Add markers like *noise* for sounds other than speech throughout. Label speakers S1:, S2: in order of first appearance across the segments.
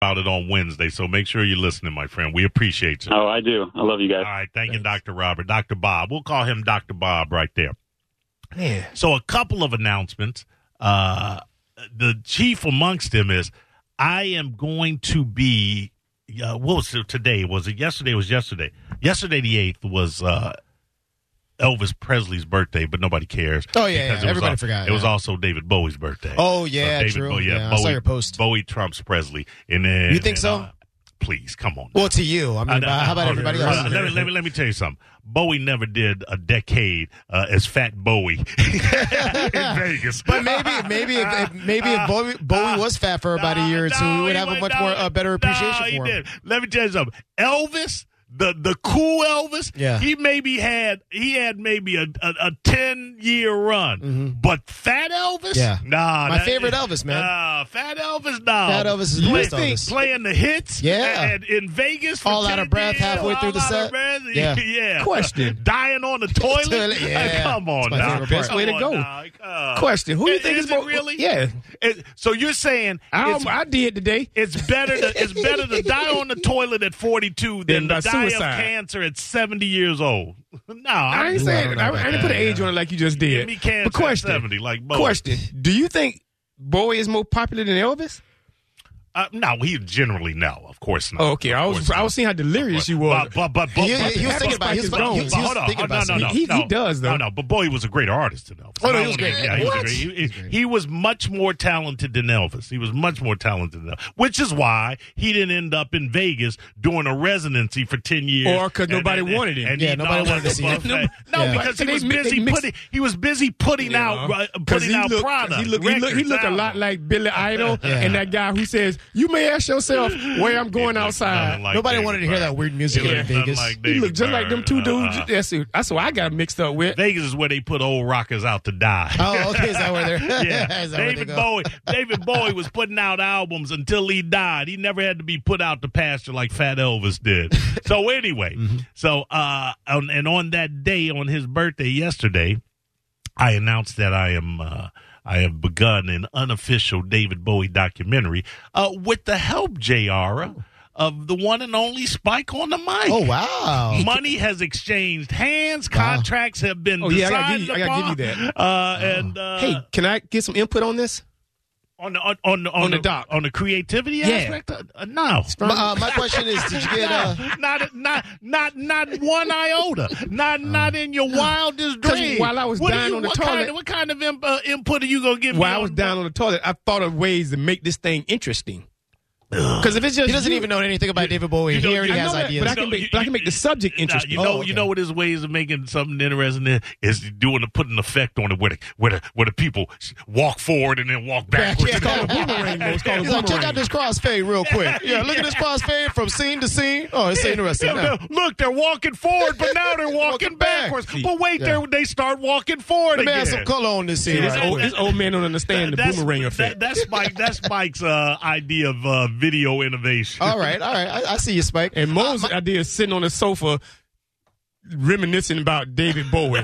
S1: about it on Wednesday. So make sure you're listening, my friend. We appreciate you.
S2: Oh, I do. I love you guys.
S1: All right. Thank you, Dr. Robert. Dr. Bob. We'll call him Dr. Bob right there.
S3: Yeah.
S1: So a couple of announcements. Uh, the chief amongst them is I am going to be. Uh, what was it today? Was it yesterday? It was yesterday. Yesterday the eighth was uh, Elvis Presley's birthday, but nobody cares.
S3: Oh, yeah, yeah.
S1: because it was
S3: Everybody
S1: al-
S3: forgot,
S1: It was
S3: yeah.
S1: also David Bowie's birthday.
S3: Oh
S1: So
S3: yeah,
S1: David
S3: true.
S1: Bowie,
S3: yeah,
S1: yeah,
S3: I saw
S1: Bowie-
S3: your post.
S1: Bowie trumps Presley, and then
S3: You think
S1: and,
S3: so?
S1: uh, please come on.
S3: Well, to you, I mean,
S1: I- I-
S3: how about
S1: I-
S3: everybody
S1: hold
S3: else?
S1: on, Let me, let, me, let me tell you something. Bowie never did a decade uh, as Fat Bowie *laughs* in Vegas.
S3: *laughs*
S1: Uh,
S3: But maybe, maybe, if, if, maybe if Bowie, Bowie was fat for about a year or two,
S1: No,
S3: we would
S1: he
S3: have a
S1: would-
S3: much
S1: no,
S3: more uh, better
S1: no,
S3: appreciation
S1: he
S3: for him.
S1: did. Let me tell you something. Elvis, the the cool Elvis,
S3: Yeah.
S1: he maybe had he had maybe a a, a ten year run, but Fat Elvis,
S3: Mm-hmm. Yeah.
S1: nah,
S3: My favorite Elvis, man.
S1: nah, Fat Elvis, nah,
S3: Fat Elvis is the
S1: You
S3: best
S1: think
S3: Elvis.
S1: playing the hits,
S3: Yeah.
S1: and, in Vegas, for
S3: All out
S1: 10
S3: of breath
S1: years,
S3: halfway through
S1: all
S3: the
S1: out of
S3: set.
S1: breath, *laughs*
S3: Yeah.
S1: yeah,
S4: Question.
S1: *laughs* dying on the toilet, *laughs*
S3: *laughs* Toilet, yeah.
S1: come on,
S3: That's my
S1: nah.
S3: favorite part.
S1: Come
S4: Way to
S1: on,
S4: go.
S1: nah. Uh,
S4: Question: Who do you
S1: i-
S4: think is,
S1: is it
S4: more?
S1: really?
S4: Yeah,
S1: it- so you're saying
S4: I,
S1: it's
S4: I did today.
S1: it's better to it's better to die on the toilet at 42 than,
S4: Than by
S1: to die
S4: suicide.
S1: of cancer at 70 years old. no,
S4: I ain't
S1: I'm
S3: don't
S4: saying
S3: know
S4: I,
S3: about
S4: I didn't
S3: that,
S4: put an age on it like you just
S1: give
S4: did.
S1: me cancer
S4: but question,
S1: at 70 like Bo.
S4: question: Do you think Bowie is more popular than Elvis?
S1: Uh, no, he generally no, of course not.
S4: Oh, okay, I
S1: Of
S4: was
S1: course
S4: I was seeing how delirious you were.
S1: But, but, but, but,
S3: He-
S1: but-
S3: he was thinking about it. He was-
S1: but-
S3: he
S1: but-
S3: was
S1: but hold
S3: thinking
S1: on,
S3: about
S1: no, no, no,
S4: something. He-
S1: no.
S4: he does, though.
S1: No, no, but boy, he was a great artist, enough.
S3: Oh, no, he was great.
S1: Yeah, he was
S3: What?
S1: great. He, he- he was much more talented than Elvis. He was much more talented than Elvis, which is why he didn't end up in Vegas doing a residency for ten years,
S4: Or 'cause nobody wanted him.
S3: Yeah,
S1: eating
S3: nobody
S1: all
S3: wanted
S1: that
S3: to see him.
S1: buffet. No,
S3: Yeah.
S1: because he
S4: They
S1: was
S4: mi- they
S1: busy
S4: mixed-
S1: putting. He was busy putting
S4: You
S1: out
S4: know?
S1: uh,
S4: 'Cause
S1: putting out
S4: look, 'cause
S1: product.
S4: He look, he look, he
S1: records,
S4: look a lot
S1: albums.
S4: like Billy Idol
S3: Yeah.
S4: and that guy who says, "You may ask yourself where I'm
S1: He
S4: going
S1: looked
S4: outside."
S1: nothing like
S3: Nobody
S1: David
S3: wanted to hear
S1: Byrne.
S3: that weird music
S1: He
S3: in
S1: looked nothing
S3: Vegas.
S1: like
S4: he
S1: David
S4: look just like them two
S1: Byrne.
S4: dudes.
S1: Uh-uh.
S4: That's who that's who I got mixed up with.
S1: Vegas is where they put old rockers out to die.
S3: *laughs* Oh, okay, is that where
S4: *laughs*
S3: they're?
S1: *laughs* yeah,
S3: *laughs* is that where they
S1: David
S3: go?
S1: Bowie. David Bowie was putting out albums until he died. He never had to be put out to pasture like Fat Elvis
S4: *laughs*
S1: did. So anyway,
S4: Mm-hmm.
S1: so uh, on, and on that day, on his birthday yesterday, I announced that I am. Uh, I have begun an unofficial David Bowie documentary uh, with the help, Jr. of the one and only Spike on the mic.
S3: Oh
S1: *laughs*
S3: wow!
S1: Money has exchanged hands.
S3: Wow.
S1: Contracts have been
S4: Oh, yeah, I
S1: decided
S4: gotta give you- I gotta give you
S1: upon. Uh, and uh,
S4: Hey, can I get some input on this?
S1: on the on, on the on,
S4: On the dock.
S1: on the creativity aspect. Uh, uh, no,
S3: My, uh, my question is, did you
S1: *laughs*
S3: get? Uh,
S1: not not not not one iota. Not not in your wildest
S4: Uh, 'Cause
S1: dream.
S4: while I was
S1: What do
S4: dying
S1: you-
S4: on the
S1: what
S4: toilet-
S1: kind of, what kind of imp, uh, input are you gonna give me?
S4: While I
S1: on-
S4: was down on the toilet, I thought of ways to make this thing interesting.
S3: uh,
S4: Because if it's just
S3: he doesn't
S4: you-
S3: even know anything about David Bowie.
S1: you know,
S3: he already
S1: you
S4: I
S3: has
S4: know that,
S3: ideas.
S4: But I can,
S1: No,
S4: make,
S1: you-
S4: but I can make the subject
S1: Nah,
S4: interesting.
S1: you know,
S3: Oh, okay.
S1: you know what his ways of making something interesting is, is doing to put an effect on it where the where the, where the people walk forward and then walk backwards.
S3: yeah.
S4: It's called a boomerang, bro.
S1: *laughs*
S4: It's called a
S3: He's like, check out
S4: boomerang.
S3: this crossfade real quick. Yeah, look at this crossfade from scene to scene. Oh, it's interesting.
S1: Yeah,
S3: No.
S1: no, Look, they're walking forward, but now
S4: *laughs*
S1: they're walking,
S3: Walking back.
S1: backwards. But wait,
S3: Yeah.
S1: they they start walking forward
S3: Let me
S1: again.
S3: add some color on this scene.
S4: This
S3: right
S4: old,
S3: quick.
S4: this old man don't understand the
S1: That's-
S4: boomerang
S1: that-
S4: effect.
S1: that's Mike. That's Mike's uh, idea of uh, video innovation.
S3: All right, all right. I, I see you, Spike. *laughs*
S4: and Mo's idea is sitting on the sofa reminiscing about David
S1: *laughs*
S4: Bowie.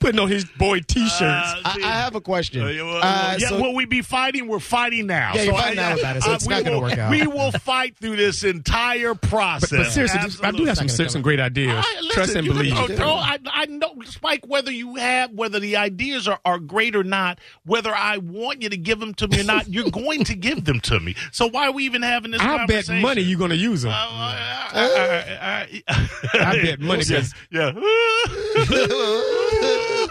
S4: Putting on his boy t-shirts.
S1: Uh,
S3: I, I have a question.
S1: Uh, yeah, well,
S3: Uh,
S1: yeah,
S3: so-
S1: will we be fighting? We're fighting now.
S3: Yeah, you're fighting now about it, so it's
S1: we
S3: not gonna
S1: will-
S3: work out.
S1: We will fight through this entire process.
S4: but, but seriously, this- I do have some
S3: Absolutely.
S4: some great ideas.
S1: I- listen,
S4: Trust and
S1: you
S4: believe.
S1: Know, no, I, I know, Spike, whether you have, whether the ideas are, are great or not, whether I want you to give them to me or not,
S4: *laughs*
S1: you're going to give them to me. So why are we even having this
S4: I bet
S1: conversation?
S4: money you're going to use them.
S1: Uh, *laughs* I, I- I-
S4: I bet money, 'cause-
S1: Yeah.
S3: *laughs*
S1: *laughs*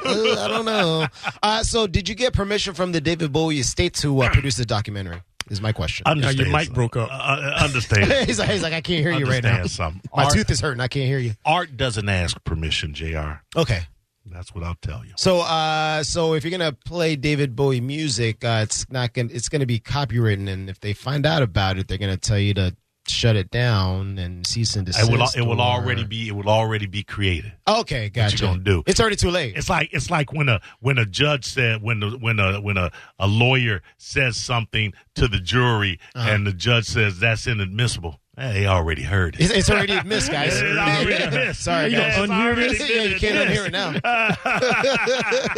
S3: Uh, I don't know. Uh, so, did you get permission from the David Bowie estate to uh, produce the documentary? Is my question.
S1: Understand
S4: your mic
S1: something.
S4: broke up.
S1: Uh, uh, understand.
S3: *laughs* he's, like, he's like, *laughs* I can't hear you right now.
S1: Understand something.
S3: My
S1: Art-
S3: tooth is hurting. I can't hear you.
S1: Art doesn't ask permission, Jr.
S3: Okay.
S1: That's what I'll tell you.
S3: So, uh, so if you're gonna play David Bowie music, uh, it's not gonna it's gonna be copywritten, and if they find out about it, they're gonna tell you to shut it down and cease and
S1: It
S3: desist.
S1: will. It will
S3: or-
S1: already be. It will already be created.
S3: Okay, gotcha.
S1: gonna do?
S3: It's already too late.
S1: It's like it's like when a when a judge said when the, when a when a, a lawyer says something to the jury and the judge says that's inadmissible. Eh, they already heard it.
S3: It's, it's already
S1: *laughs*
S3: missed, guys.
S1: It's
S3: *laughs*
S1: already missed.
S3: Sorry,
S4: You gonna
S3: guys.
S4: un- unhear this?
S3: *laughs* Yeah, you can't unhear it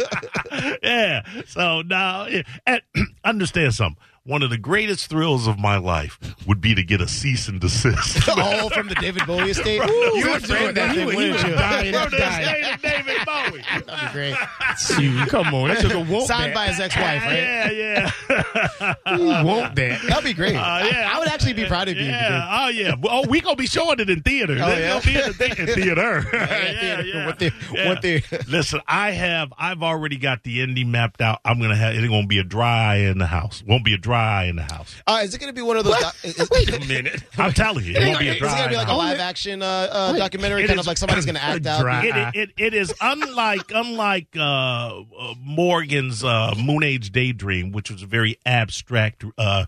S1: *laughs*
S3: now.
S1: yeah. So now, yeah. and *clears throat* understand something. one of the greatest thrills of my life would be to get a cease and
S3: *laughs*
S1: desist. *laughs*
S3: All from the David Bowie estate.
S4: you
S3: You're
S4: would
S3: doing that
S4: bring that-
S3: thing,
S4: you would- you
S3: wouldn't
S4: would
S3: you?
S4: die in
S1: From
S4: that
S1: the
S4: diet.
S1: estate of David Bowie.
S3: That'd be great.
S4: *laughs* Shoot, Come on, that took a won't
S3: Signed by
S4: that.
S3: his ex-wife, *laughs* right?
S1: Yeah,
S3: *laughs*
S1: yeah.
S4: Who won't that?
S3: That'd be great.
S1: Uh, yeah.
S3: I, I would actually be proud of you. if you did.
S1: Yeah. Oh yeah. Well, Oh, we gonna be showing it in theater.
S3: Oh, yeah?
S1: They'll be in the thea- in theater.
S3: *laughs* theater.
S1: *laughs*
S3: What
S1: yeah.
S3: they- what they-
S1: Listen, I have. I've already got the ending mapped out. I'm gonna have. It's gonna be a dry eye in the house. Won't be a dry eye in the house.
S3: Uh, is it going to be one of those? doc- is, is-
S4: Wait a minute. Oh,
S1: I'm telling you, it won't be a
S3: is it
S1: dry.
S3: going to be like a
S1: eye in the house.
S3: live action uh, uh, documentary,
S1: It
S3: kind
S1: is-
S3: of like somebody's going to act
S4: a
S3: out?
S4: dry-
S1: It, it, it is unlike unlike uh, uh, Morgan's uh, Moon Age Daydream, which was a very abstract uh,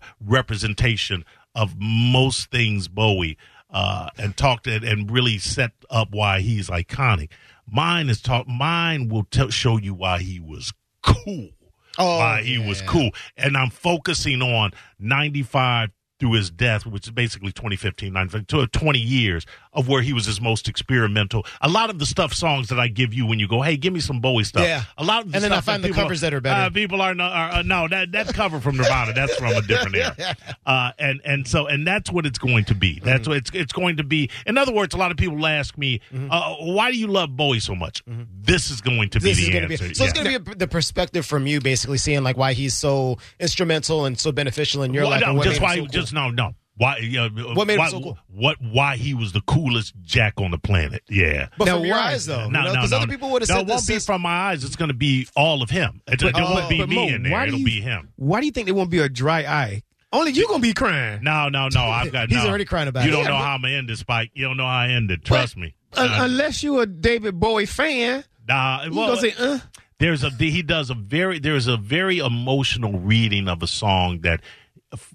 S1: representation of most things Bowie, uh, and talked and, and really set up why he's iconic. Mine is taught. Mine will tell, show you why he was cool.
S3: Oh,
S1: why he was
S3: yeah.
S1: cool, and I'm focusing on 95 through his death, which is basically 2015, 95 to 20 years of where he was his most experimental. A lot of the stuff, songs that I give you when you go, hey, give me some Bowie stuff.
S3: Yeah.
S1: A lot of the
S3: And then I
S1: stuff
S3: find the
S1: people-
S3: covers that are better.
S1: Uh, people are, no- are uh, no that that's cover from Nirvana. that's from a different
S3: *laughs*
S1: era. Uh, and and so and that's what it's going to be.
S3: Mm-hmm.
S1: That's what it's it's going to be. In other words, a lot of people ask me, uh, why do you love Bowie so much? This is going to
S3: Mm-hmm. This
S1: be
S3: is
S1: the
S3: going to be
S1: answer.
S3: so. It's
S1: Yeah.
S3: going to be a, the perspective from you, basically seeing like why he's so instrumental and so beneficial in your
S1: Well,
S3: life. and
S1: no,
S3: what
S1: just
S3: made him
S1: why?
S3: so cool.
S1: Just no, no. Why? Yeah,
S3: What made him
S1: why,
S3: so cool?
S1: What? Why he was the coolest jack on the planet? Yeah.
S3: but
S4: Now,
S3: from your
S4: why?
S3: eyes though,
S1: no,
S3: you
S1: no,
S3: know,
S1: no,
S3: other people would have
S1: no,
S3: said
S1: it won't
S3: this
S1: be
S3: is-
S1: from my eyes. It's going to be all of him. It, it
S4: Oh,
S1: won't be
S4: but
S1: me
S4: Mo,
S1: in there.
S4: why do
S1: It'll
S4: you-
S1: be
S3: *laughs*
S1: him.
S4: Why do you think there won't be a dry eye? Only you gonna be crying.
S1: No, no, no. I've got.
S3: He's
S1: no.
S3: already crying about
S1: You
S3: it.
S1: don't
S3: Yeah,
S1: know
S3: but-
S1: how I'm gonna end this, Spike. You don't know how I end it. Trust me.
S4: Un-
S1: Uh,
S4: unless you a David Bowie fan,
S1: nah,
S4: you
S1: well,
S4: gonna say, uh.
S1: there's a he does a very there's a very emotional reading of a song that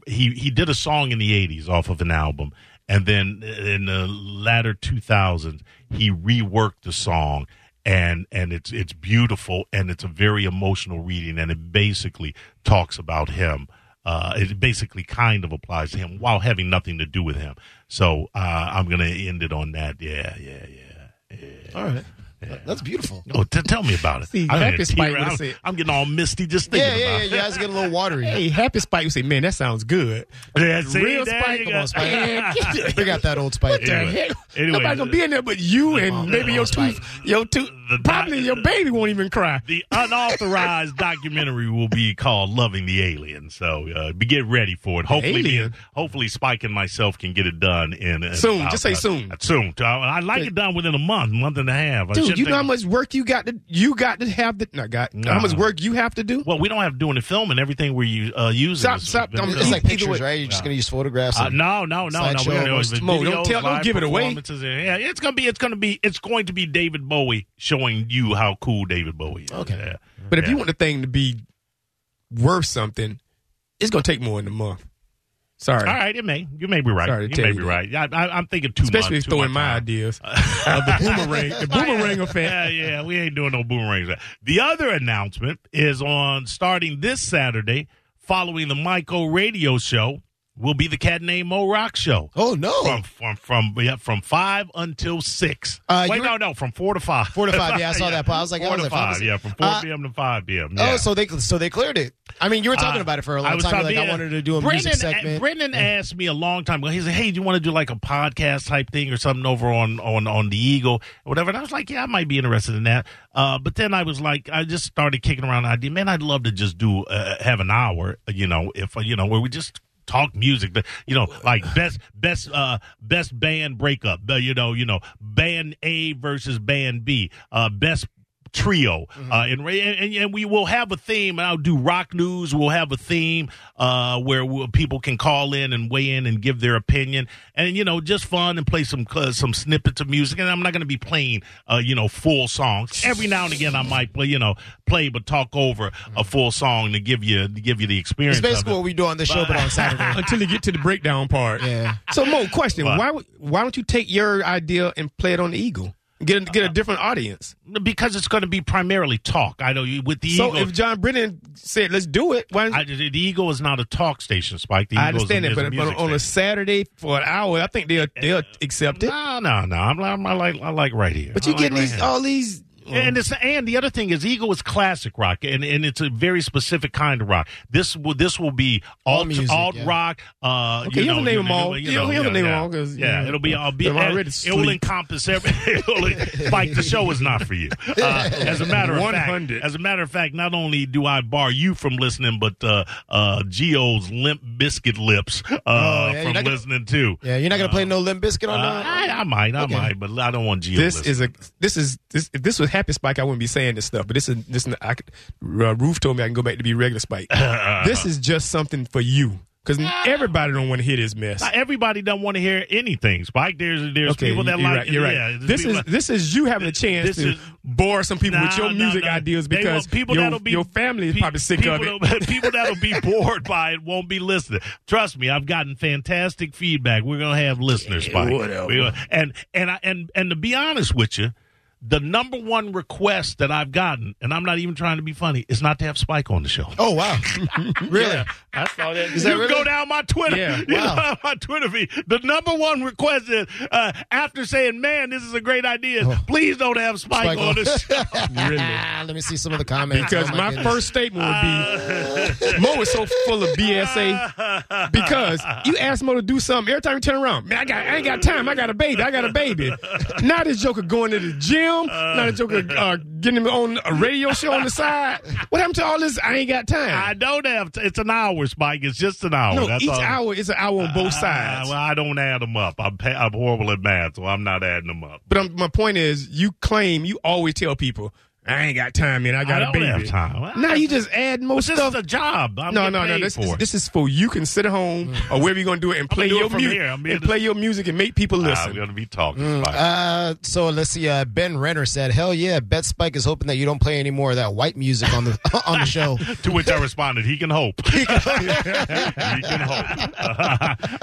S1: he he did a song in the 80s off of an album and then in the latter 2000s he reworked the song and and it's it's beautiful and it's a very emotional reading and it basically talks about him uh, it basically kind of applies to him while having nothing to do with him so uh, i'm gonna end it on that yeah yeah yeah
S3: All right, that's
S1: *laughs*
S3: beautiful.
S1: Oh, t- tell me about it.
S4: See,
S1: I'm,
S4: Happy
S1: getting
S4: Spike
S1: teary-
S4: would've
S1: I'm-
S4: said-
S1: I'm getting all misty just thinking
S3: Yeah, yeah, yeah.
S1: about
S3: Your eyes get a little watery.
S4: Hey, happy Spike. You say, man, that sounds good.
S1: it. Yeah, see,
S4: Real
S1: there
S4: Spike,
S1: you
S4: come
S1: go.
S4: on, Spike. *laughs* Man, get the-
S3: Figure out that old spike.
S4: the
S1: Anyway.
S4: heck?
S1: Anyway.
S4: Nobody gonna be in there but you and maybe your two, your two,
S1: The-
S4: probably your baby won't even cry.
S1: The unauthorized documentary will be called "Loving the Alien," so uh, be get ready for it. Hopefully, me-
S4: Alien?
S1: hopefully Spike and myself can get it done in, in
S4: Soon.
S1: about-
S4: Just say soon.
S1: uh, soon. I- I'd like it done within a month, month and a half. I
S4: Dude,
S1: should
S4: you know
S1: think-
S4: how much work you got to you got to have the not got
S1: Nah.
S4: how much work you have to do.
S1: Well, we don't have doing the film and everything we're u- uh, using.
S4: Stop,
S1: is-
S4: stop. I'm-
S3: It's like
S4: Either
S3: pictures,
S4: way-
S3: right? You're just going to use photographs.
S1: Uh,
S3: and-
S1: no, no, no, no.
S3: Slideshow
S1: We're gonna
S3: almost.
S1: do
S4: Mo, don't
S1: videos,
S4: tell- don't
S1: live
S4: give it away.
S1: performances, and- Yeah, it's gonna be, it's gonna be, it's going to be David Bowie showing you how cool David Bowie is.
S3: Okay.
S1: Yeah.
S4: But if
S1: Yeah.
S4: you want the thing to be worth something, it's gonna take more than a month. Sorry,
S1: all right, it may, you may be right.
S4: Sorry to
S1: you
S4: tell
S1: may
S4: you
S1: be
S4: that.
S1: right. I, I, I'm thinking two
S4: especially
S1: months.
S4: if
S1: too
S4: throwing
S1: much
S4: my
S1: time. Oh,
S4: ideas. Uh, the boomerang,
S1: *laughs*
S4: the boomerang effect.
S1: Yeah, yeah, we ain't doing no boomerangs. The other announcement is on starting this Saturday, following the Michael Radio Show, will be the Cat Named Mo Rock Show.
S3: Oh no.
S1: From from from yeah, from five until six.
S3: Uh,
S1: Wait,
S3: you
S1: no, no, from four to five. *laughs*
S3: Four to five. Yeah, I saw that. But I was like,
S1: four
S3: I was
S1: to
S3: like,
S1: five.
S3: focusing.
S1: Yeah, from four
S3: Uh,
S1: p.m. to five p.m.
S3: Oh,
S1: Yeah.
S3: so they so they cleared it. I mean, you were talking
S1: Uh,
S3: about it for a
S1: I
S3: long
S1: was
S3: time.
S1: talking-
S3: Like I wanted to do a
S1: Brendan,
S3: music segment.
S1: Brendan asked me a long time ago. He said, "Hey, do you want to do like a podcast type thing or something over on on on the Eagle or whatever?" And I was like, "Yeah, I might be interested in that." Uh, but then I was like, I just started kicking around the idea. Man, I'd love to just do uh, have an hour, you know, if you know where we just talk music but you know like best best uh best band breakup uh, you know you know band a versus band b uh best trio
S4: Mm-hmm.
S1: uh, and, ra- and and we will have a theme and i'll do rock news we'll have a theme uh, where we people can call in and weigh in and give their opinion and you know just fun and play some cl- some snippets of music and i'm not going to be playing uh, you know full songs every now and again i might play you know play but talk over a full song to give you to give you the experience
S3: It's
S1: of
S3: basically
S1: it.
S3: what we do on the show, but on Saturday.
S4: *laughs*
S1: *laughs*
S4: Until you get to the breakdown part.
S3: Yeah.
S4: So Mo, question:
S1: What?
S4: Why would- why don't you take your idea and play it on the Eagle? Get a, get a different audience.
S1: because it's going to be primarily talk i know you with the
S4: So
S1: Eagle-
S4: if John Brennan said, "Let's do it," why?
S1: I, the Eagle is not a talk station, Spike. The
S4: I
S1: Eagle is a-
S4: understand
S1: is
S4: it,
S1: a
S4: but, but
S1: music
S4: on a
S1: station.
S4: Saturday for an hour, I think they'll they'll accept it.
S1: No, no, no. I'm, I'm I like I like right here.
S4: But
S1: I
S4: you
S1: like
S4: getting
S1: right
S4: these uh,
S1: here.
S4: all these
S1: And it's, and the other thing is, Eagle is classic rock, and, and it's a very specific kind of rock. This will this will be
S3: All
S1: alt,
S3: music,
S1: alt
S3: yeah.
S1: rock. Uh,
S4: Okay, you
S1: know,
S4: have to name 'em all.
S1: You
S4: You
S1: know,
S4: have to
S1: yeah,
S4: name 'em
S1: yeah.
S4: all 'cause,
S1: yeah,
S4: you know,
S1: it'll be all. Be, uh,
S4: they're already
S1: it will
S4: asleep.
S1: encompass every. *laughs* it'll, Mike, the show is not for
S4: *laughs*
S1: you. Uh, as a matter of fact,
S4: 100.
S1: as a matter of fact, not only do I bar you from listening, but uh, uh, Geo's limp biscuit lips
S4: Oh,
S1: uh,
S3: yeah, you're
S1: from
S3: not gonna-
S1: listening too.
S3: Yeah, you're not gonna play no Limp Biscuit on
S1: Uh,
S3: that.
S1: I, I might, I
S3: Okay.
S1: might, but I don't want Geo.
S4: This
S1: listening.
S4: is a this is this if this was Happy Spike I wouldn't be saying this stuff but this is this I could, uh, Roof told me I can go back to be regular *laughs* Spike. this is just something for you because everybody don't want to hear this mess.
S1: Not everybody doesn't want to hear anything. Spike, there's there's
S4: Okay,
S1: people that
S4: you're
S1: like
S4: right, you're right.
S1: yeah, there's
S4: this
S1: people
S4: is
S1: that-
S4: this is you having a chance
S1: This
S4: to
S1: is-
S4: bore some people with
S1: Nah,
S4: your
S1: nah,
S4: music
S1: nah.
S4: ideas
S1: They
S4: because
S1: won't- people
S4: your,
S1: that'll be
S4: your family is
S1: pe-
S4: probably sick of
S1: people
S4: it.
S1: that'll- *laughs* people that'll be bored by it won't be listening. Trust me, I've gotten fantastic feedback. We're gonna have listeners,
S4: Yeah,
S1: Spike.
S4: whatever.
S1: We're gonna- and and I, and and to be honest with you, the number one request that I've gotten, and I'm not even trying to be funny, is not to have Spike on the show.
S3: Oh
S1: *laughs*
S3: wow, really?
S4: I saw that.
S3: Is that
S1: you
S3: really?
S1: go down my Twitter.
S4: Yeah,
S1: *laughs* You
S3: wow.
S1: go down my Twitter feed. The number one request is uh, after saying, "Man, this is a great idea.
S4: Oh.
S1: Please don't have Spike,
S3: Spike
S1: on
S3: on-
S1: the show."
S3: Ah, *laughs* Let me see some of the comments.
S4: Because
S3: Oh,
S4: my
S3: goodness.
S4: first statement would be, Mo is so full of
S1: *laughs*
S4: *laughs* BSA because you asked Mo to do something every time you turn around. Man, I got, I ain't got time. I got a baby. I got a baby. Now this joker going to the gym. Now this joker uh, getting him on a radio show on the side. What happened to all this? I ain't got
S1: I
S4: time.
S1: don't have. T- it's an hour, Spike. It's just an hour.
S4: no,
S1: Oh, That's
S4: each
S1: all.
S4: hour is an hour on both
S1: Ah,
S4: sides.
S1: well, I don't add them up. I'm pa- I'm horrible at math, so I'm not adding them up.
S4: but I'm, my point is, you claim you always tell people, I ain't got time, man. I got
S1: I don't
S4: a baby.
S1: have time.
S4: Now you just add more
S1: This
S4: stuff.
S1: is a job. I'm
S4: no,
S1: getting
S4: no, no.
S1: paid
S4: This
S1: for
S4: is,
S1: it.
S4: this is for you can sit
S1: *laughs*
S4: at home or wherever you're gonna do it and play
S1: do it
S4: your
S1: from
S4: music
S1: here. I'm
S4: and
S1: here to-
S4: play your music and make people
S1: Ah,
S4: listen. Mm,
S1: we're gonna be talking. Spike.
S3: Uh, so let's see. Uh, ben Renner said, "Hell yeah, Bet Spike is hoping that you don't play any more of that white music on the *laughs* on the show."
S1: To which I responded, he can hope. *laughs* he can hope.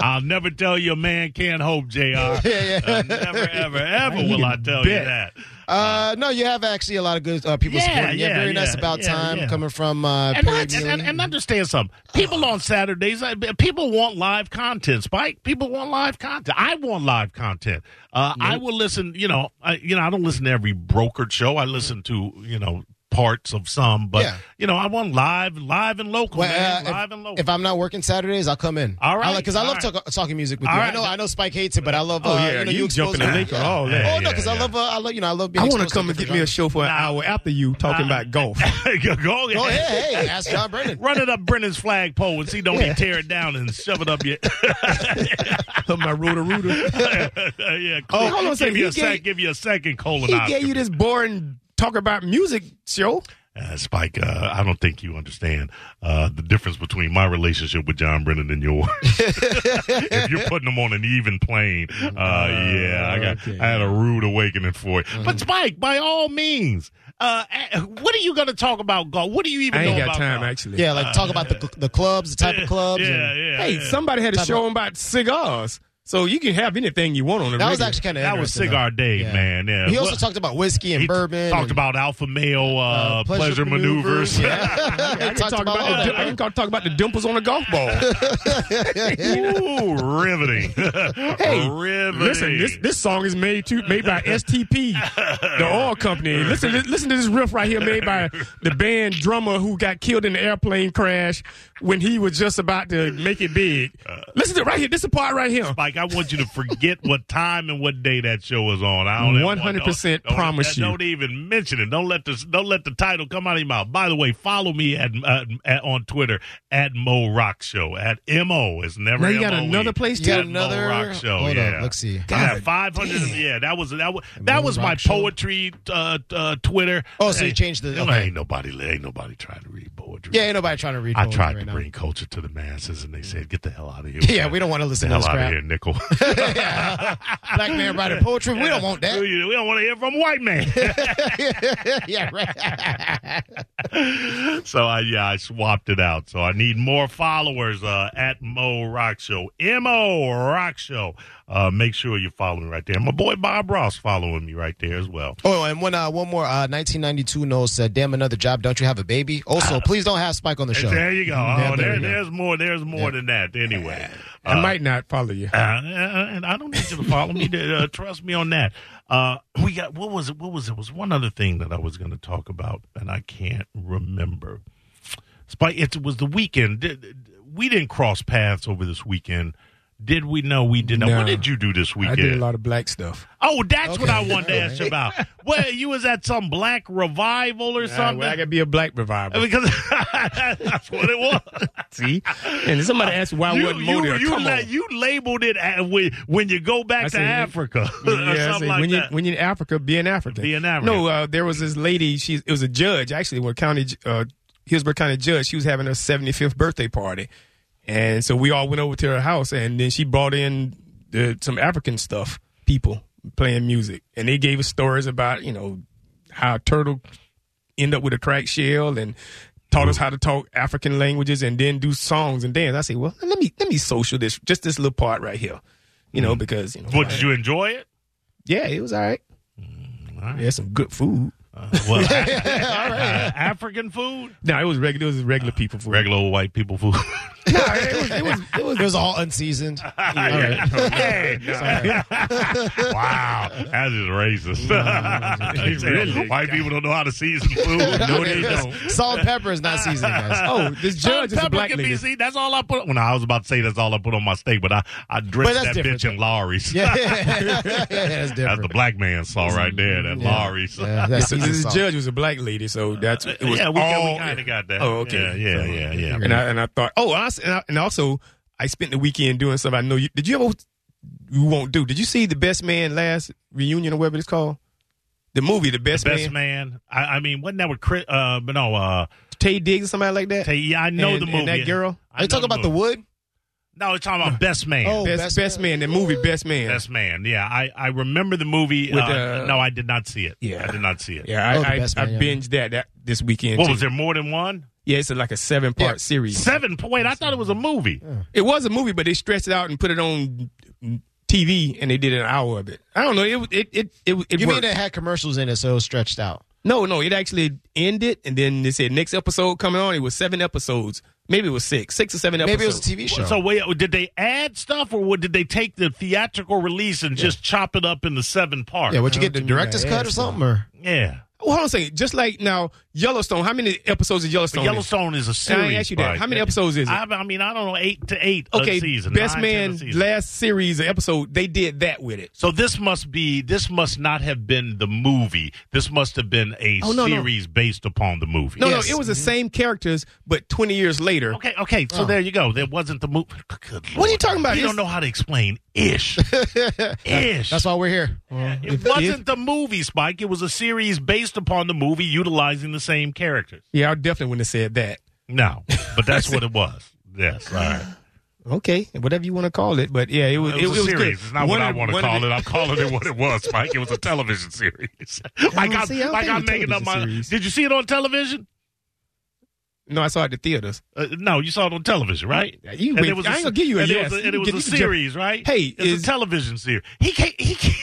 S1: *laughs* I'll never tell you a man can't hope, JR.
S3: yeah.
S1: Uh, never, ever, ever will I tell you
S4: bet.
S1: that.
S3: Uh, no, you have actually a lot of good uh, people
S1: Yeah,
S3: supporting. Yeah,
S1: yeah,
S3: very nice
S1: yeah,
S3: about
S1: yeah,
S3: time
S1: yeah.
S3: coming from uh,
S1: And,
S3: Perry
S1: I, and, and,
S3: Muley.
S1: and understand something. People on Saturdays, I, people want live content. Spike, people want live content. I want live content. Uh, I will listen. You know, I, you know, I don't listen to every brokered show. I listen to you know parts of some, but
S3: Yeah.
S1: you know, I want live, live and local,
S3: Well,
S1: man,
S3: uh,
S1: live and local.
S3: If I'm not working Saturdays, I'll come in.
S1: All right,
S3: because I,
S1: all
S3: love
S1: right.
S3: talk- talking music with
S1: All
S3: you. I
S1: right.
S3: know, I know Spike hates it, but I love. Uh,
S4: Oh, yeah,
S3: you, know,
S4: you
S3: expose
S4: jumping the
S3: me.
S4: link and all that.
S3: Oh no,
S1: Yeah,
S3: because I
S1: yeah.
S3: love. Uh, I love. You know, I love being.
S4: I want
S3: exposed
S4: to come and get me a
S3: different
S4: show for an hour after you talking
S1: *laughs*
S4: about golf. *laughs*
S1: go,
S3: genres. Go
S1: ahead.
S3: ahead, hey, ask John Brennan.
S1: Run it up Brennan's flagpole and see don't he tear it down and shove it up
S4: *laughs*
S1: your *laughs*
S4: my rotor rooter.
S1: yeah.
S4: Oh, hold on a
S1: give you
S4: second. He
S1: a sec,
S4: gave-
S1: give you a second colon.
S4: He gave you this boring talk about music show.
S1: Uh, Spike, uh, I don't think you understand uh, the difference between my relationship with John Brennan and yours. *laughs* if you're putting them on an even plane, uh, yeah, I got, I had a rude awakening for it. But Spike, by all means, uh, eh, what are you going to talk about golf? What do you even
S4: I
S1: know
S4: ain't got
S1: about
S4: time
S1: golf?
S4: actually.
S3: Yeah, like talk about the, cl- the clubs, the type of
S1: Yeah,
S3: clubs. and-
S1: yeah.
S4: Hey,
S1: yeah.
S4: somebody had a
S3: Talk
S4: show about cigars, so you can have anything you want on the
S3: That was
S4: regular.
S3: actually kind of
S1: that was cigar Dave,
S3: Yeah.
S1: man. Yeah.
S3: He also
S1: What-
S3: talked about whiskey and
S1: he t-
S3: bourbon.
S1: Talked
S3: and,
S1: about alpha male uh,
S3: uh,
S1: pleasure, maneuvers.
S3: Yeah.
S4: I
S3: He
S4: can,
S3: talked
S4: talk
S3: about
S4: about
S3: all
S4: the,
S3: that.
S4: I can talk about the dimples on a golf
S1: *laughs* *laughs*
S4: ball.
S1: Ooh, riveting. *laughs*
S4: Hey,
S1: riveting.
S4: Listen, this this song is made to made by STP, the oil company. Listen, li- listen to this riff right here made by the band drummer who got killed in the airplane crash when he was just about to make it big. Listen to it right here. This is the part right here.
S1: Mike, I want you to forget what time and what day that show is on. I don't
S4: 100%
S1: don't- don't-
S4: promise you.
S1: Don't even mention it. Don't let this. Don't let the title come out of your mouth. By the way, follow me at, uh, at on Twitter at Mo Rock Show at Mo. It's never.
S4: Now you got
S1: M-O-E.
S4: another place
S3: You got
S1: At
S4: too.
S1: Mo
S3: another-
S1: Rock Show.
S3: Hold
S1: yeah.
S3: up, let's see.
S1: Yeah, five hundred. Yeah, that was that was that
S3: Mo
S1: was my
S3: Rock Show.
S1: poetry uh, uh, Twitter.
S3: Oh, so you
S1: Hey,
S3: changed the-
S1: you know,
S3: okay.
S1: Ain't nobody. Ain't nobody trying to read poetry.
S3: yeah, ain't nobody trying to read.
S1: I
S3: poetry
S1: tried
S3: right
S1: to
S3: now.
S1: bring culture to the masses, and they said, "Get the hell out of here."
S3: *laughs* Yeah, we don't want to
S1: the
S3: listen to
S1: hell
S3: this
S1: out of
S3: crap.
S1: here, nickel.
S3: Black man writing poetry. We don't want that.
S1: *laughs* We don't want to hear from a white man. *laughs*
S3: yeah, right.
S1: so I yeah, I swapped it out. So I need more followers uh, at Mo Rock Show. M O Rock Show. Uh, make sure you follow me right there. My boy Bob Ross following me right there as well.
S3: oh, and one uh, one more. Uh, 1992 Noel said, "Damn, another job. Don't you have a baby? Also, please don't have Spike on the show."
S1: There you go. Oh, there,
S4: there we go.
S1: there's more. There's more than that. Anyway,
S4: I
S1: Uh,
S4: might not follow you.
S1: uh, and I don't need you to follow me. Uh, trust me on that. Uh, we got what was it? What was it? It Was one other thing that I was going to talk about, and I can't remember. Spike, it was the weekend. Did, we didn't cross paths over this weekend, did we? No, we did not.
S4: No.
S1: What did you do this
S4: I
S1: weekend?
S4: did a lot of black stuff.
S1: Oh, that's what I
S3: Okay.
S1: wanted to ask you
S4: *laughs*
S1: about. Well, you was at some black revival or
S4: All right,
S1: something.
S4: well, I gotta be a black
S1: *laughs*
S4: revival.
S1: because *laughs* that's what it was.
S4: See, and somebody asked why I wasn't more there.
S1: you,
S4: Come
S1: la-
S4: on.
S1: you labeled it at, when, when you go back
S4: I
S1: to
S4: said,
S1: Africa or
S4: *laughs* Yeah, I
S1: something
S4: said,
S1: like
S4: when you
S1: that.
S4: when you're in Africa, be in Africa.
S1: Be in Africa.
S4: No, uh, there was this lady. She it was a judge actually, where county j- uh, Hillsborough County judge. She was having her 75th birthday party, and so we all went over to her house, and then she brought in the, some African stuff, people playing music, and they gave us stories about you know how a turtle end up with a cracked shell and. Taught us how to talk African languages and then do songs and dance. I say, well, let me let me social this just this little part right here, you
S1: Mm.
S4: know, because you know.
S1: what, did you enjoy it?
S4: Yeah, it was all right.
S1: Mm, all right.
S4: Yeah, some good food.
S1: Uh, well, *laughs* uh, African food,
S4: No, it was regular. It was regular people food.
S1: regular old white people
S4: *laughs*
S1: food.
S4: No, it was. It was. It was
S3: It was all
S4: *laughs*
S3: unseasoned.
S1: *laughs*
S4: Oh,
S1: Hey, *laughs* wow, that is racist. *laughs* He said,
S4: Really?
S1: White people don't know how to season food.
S4: *laughs* no, they don't.
S3: *laughs* Salt and pepper is not seasoned, guys.
S4: *laughs* Oh, this judge is
S1: Pepper
S4: a black
S1: can be
S4: lady.
S1: seen- That's all I put. Well, no, I was about to say that's all I put on my steak, but I I
S3: But
S1: drenched
S3: that's
S1: that
S3: different,
S1: bitch in Lawry's. *laughs*
S3: Yeah, *laughs* yeah, that's
S1: That's the
S3: different.
S1: black man saw right there. That
S3: Yeah.
S1: Lawry's.
S3: Yeah,
S1: Yeah,
S3: that's
S4: So
S3: seasoned
S4: this
S3: salt.
S4: judge was a black lady, so that's it was
S1: Uh, we,
S4: all.
S1: kind of got that.
S4: Oh, okay.
S1: Yeah, yeah, yeah. yeah.
S4: and I and I thought, oh, I, and, I, and also I spent the weekend doing something I know you. Did you ever? You won't do. Did you see the Best Man last reunion or whatever it's called? The movie, the Best,
S1: Best
S4: Man,
S1: man. I, I mean, wasn't that with Chris? Uh, but no. Uh,
S4: Tay Diggs or somebody like that.
S1: Tay- yeah, I know
S4: And-
S1: the movie.
S4: And that girl,
S1: I
S3: Are you
S1: know
S3: talking about the
S1: movie.
S3: wood?
S1: No, it's talking about Best Man.
S3: Oh.
S4: best,
S3: Best
S4: best, man. the movie, Best Man.
S1: Best man. Yeah, I, I remember the movie.
S4: With,
S1: uh,
S4: uh,
S1: no, I did not see it.
S4: Yeah.
S1: I did not see it.
S4: yeah, I,
S3: Oh, the
S4: I,
S3: Best
S4: I
S3: Man, yeah.
S4: binged that, that this weekend.
S1: What
S4: too.
S1: was there more than one?
S4: Yeah, it's like a seven part
S3: Yeah.
S4: series.
S1: Seven. Wait, I thought it was a movie.
S4: It was a movie, but they stretched it out and put it on TV, and they did an hour of it. I don't know. It it it it, it
S3: You mean
S4: worked.
S3: it had commercials in it, so it was stretched out.
S4: no, no, it actually ended, and then they said next episode coming on. It was seven episodes, maybe it was six, six or seven
S3: Maybe it was a TV
S4: episodes.
S3: show.
S1: So wait, did they add stuff, or what, did they take the theatrical release and just chop it up into seven parts?
S3: yeah, what you
S4: I
S3: get the
S4: don't think I
S3: director's cut or
S4: asked
S3: something? Or
S1: yeah.
S4: Well, hold on a second. Just like now, Yellowstone. How many episodes of Yellowstone?
S1: But
S4: is?
S1: Yellowstone is a
S4: And
S1: series.
S4: I ain't asked you that.
S1: Mike.
S4: How many episodes is it?
S1: I, I mean, I don't know, eight to eight. a
S4: okay,
S1: season,
S4: Best
S1: nine, ten a
S4: Man
S1: season.
S4: last series or episode. They did that with it.
S1: so this must be. This must not have been the movie. This must have been a
S4: Oh, no, no.
S1: series based upon the movie.
S4: No,
S3: Yes. Mm-hmm.
S4: no, it was the same characters, but twenty years later.
S1: Okay, okay. So there you go. There wasn't the movie. Good
S4: Oh. What are you
S1: Lord.
S4: talking about?
S1: You
S4: It's-
S1: don't know how to explain
S4: *laughs*
S1: ish. ish.
S3: that's why we're here.
S1: It wasn't the movie, Spike. It was a series based upon the movie, utilizing the same characters.
S4: Yeah, I definitely wouldn't have said that.
S1: No, but
S4: *laughs*
S1: that's what it was. Yes, all right.
S4: Okay, whatever you want to call it, but yeah, it was
S1: It was, a
S4: good.
S1: series. It's not
S4: One
S1: what I
S4: of the-
S1: want to
S4: one of
S1: call
S4: the-
S1: it. I'm calling it what it was,
S4: *laughs*
S1: Spike. It was a television series. like
S4: don't
S1: I'm,
S4: see- I don't
S1: like
S4: think
S1: I'm
S4: it was a
S1: making up my.
S4: television series.
S1: Did you see it on television?
S4: No, I saw it at the theaters.
S1: Uh, no, you saw it on television, right?
S4: You
S1: And
S4: wait,
S1: it was
S4: I ain't
S1: se-
S4: gonna give you a
S1: and
S4: yes.
S1: It was a,
S4: You
S1: and it was
S4: can-
S1: a
S4: you can jump-
S1: series, right?
S4: Hey,
S1: it's
S4: is-
S1: a television series. He can't. He
S4: *laughs*
S1: can't.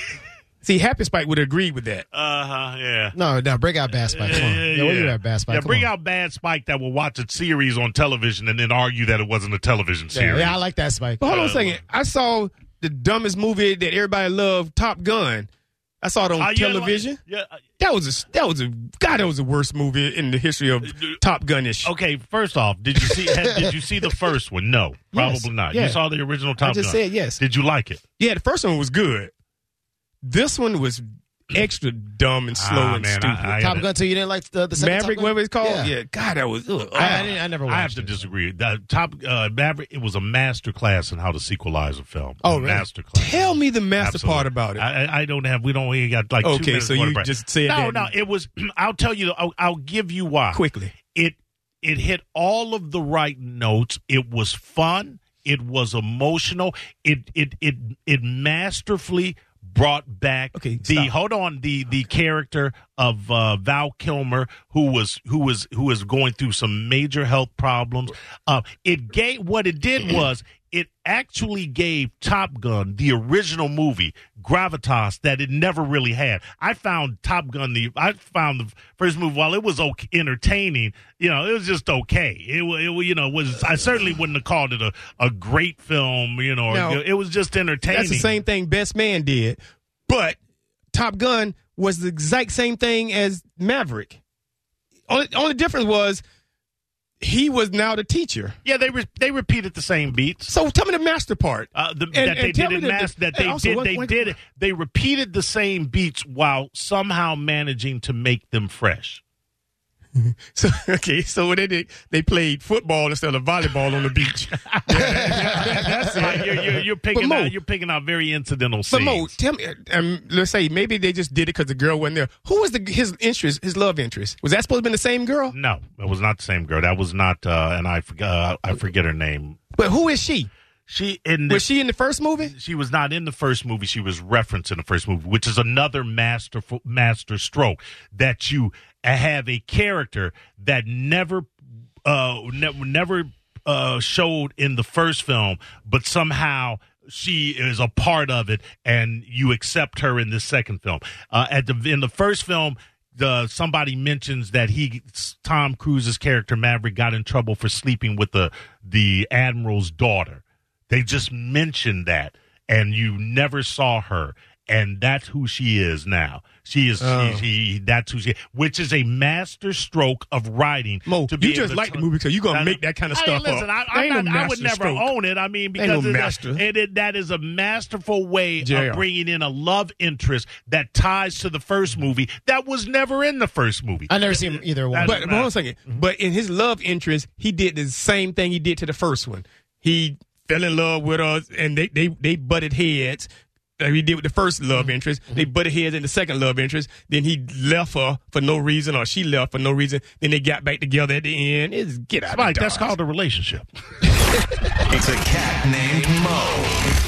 S4: See, Happy Spike would agree with that.
S1: Uh huh. Yeah.
S3: No, no, break out Bass Spike. Come on. Yeah, we'll do that Bass Spike.
S1: Yeah,
S3: Come
S1: bring
S3: on.
S1: out Bad Spike that will watch a series on television and then argue that it wasn't a television series.
S3: Yeah, I like that Spike.
S4: But hold on a
S1: Uh,
S4: second. I saw the dumbest movie that everybody loved, Top Gun. I saw it on
S1: Are you-
S4: television.
S1: yeah, uh,
S4: That was a that was a God. That was the worst movie in the history of Top Gunish.
S1: Okay, first off, did you see *laughs* had, did you see the first one? No, probably
S4: Yes,
S1: not.
S4: yeah.
S1: You saw the original Top
S4: I just
S1: Gun.
S4: said yes.
S1: Did you like it?
S4: Yeah, the first one was good. This one was extra dumb and slow
S1: Ah,
S4: and
S1: man, I-
S4: stupid.
S1: I-
S3: Top Gun 2, you didn't like the, the second Top
S4: Maverick,
S3: Gun?
S4: whatever it's called.
S3: Yeah.
S4: Yeah. God, that was. ugh.
S3: I, I, didn't, I never watched
S1: I have to
S3: it.
S1: disagree. The Top uh, Maverick, it was a master class in how to sequelize a film.
S3: Oh,
S1: a
S3: really?
S1: master class.
S4: Tell me the master
S1: Absolutely.
S4: part about it.
S1: I, I- I don't have. We don't. We got like two
S4: Okay,
S1: minutes
S4: so
S1: before the
S4: you
S1: break.
S4: just said
S1: no,
S4: that-
S1: no. It was. *clears throat* I'll tell you. I'll, I'll give you why.
S4: quickly.
S1: it it hit all of the right notes. It was fun. It was emotional. It it it it masterfully brought back
S4: Okay,
S1: the
S4: stop.
S1: hold on the the character of uh, Val Kilmer who was who was who was going through some major health problems. Uh, it gave what it did was it actually gave Top Gun, the original movie, gravitas that it never really had. I found Top Gun the I found the first movie while it was okay, entertaining, you know, it was just okay. It, wa- it wa- you know was I certainly wouldn't have called it a, a great film, you know. or-
S4: No.
S1: it was just entertaining.
S4: That's the same thing Best Man did. But Top Gun was the exact same thing as Maverick. Only, only difference was he was now the teacher.
S1: Yeah, they re- they repeated the same beats.
S4: So tell me the master part. *laughs*
S1: Uh, the,
S4: And-
S1: that
S4: and
S1: they
S4: tell
S1: did in
S4: me that the-
S1: mass, that
S4: and
S1: they
S4: also
S1: did,
S4: one-
S1: they
S4: one-
S1: did it. They repeated the same beats while somehow managing to make them fresh.
S4: So okay, so what they did they played football instead of volleyball on
S1: *laughs*
S4: the beach.
S1: That's like you're, you're, you're picking
S4: Mo-
S1: out, you're picking out very incidental
S4: But
S1: scenes.
S4: Mo, tell me, um, let's say maybe they just did it because the girl wasn't there. Who was the his interest, his love interest? Was that supposed to be the same girl?
S1: no, it was not the same girl. That was not, uh, and I forget, uh, I forget her name.
S4: But who is she?
S1: She in
S4: Was
S1: this,
S4: she in the first movie?
S1: she was not in the first movie. She was referenced in the first movie, which is another masterful master stroke that you have a character that never, uh, ne- never uh, showed in the first film, but somehow she is a part of it, and you accept her in this second film. Uh, at the in the first film. The, somebody mentions that he Tom Cruise's character Maverick got in trouble for sleeping with the the admiral's daughter. They just mentioned that, and you never saw her, and that's who she is now. She is
S4: Oh.
S1: she, she. That's who she. Which is a master stroke of writing.
S4: Mo,
S1: to be
S4: you
S1: able
S4: just
S1: to
S4: like
S1: tell-
S4: the movie because you're
S1: I
S4: gonna
S1: know.
S4: make that kind of
S1: Hey,
S4: stuff
S1: listen,
S4: up.
S1: I,
S4: Ain't
S1: I'm
S4: no
S1: not, I would
S4: master
S1: never
S4: stroke.
S1: own it. I mean, because
S4: no
S1: it- that-
S4: master.
S1: it, it- that is a masterful way
S4: JR.
S1: of bringing in a love interest that ties to the first movie that was never in the first movie.
S3: I never seen either one.
S1: That's-
S4: But, but hold on a 2nd But in his love interest, he did the same thing he did to the first one. He fell in love with us, and they they they butted heads. Like he did with the first love interest, they butted heads in the second love interest. Then he left her for no reason, or she left for no reason. Then they got back together at the end. It's get out. of
S1: Mike, that's
S4: Dodge.
S1: called a relationship.
S2: It's a cat named Mo.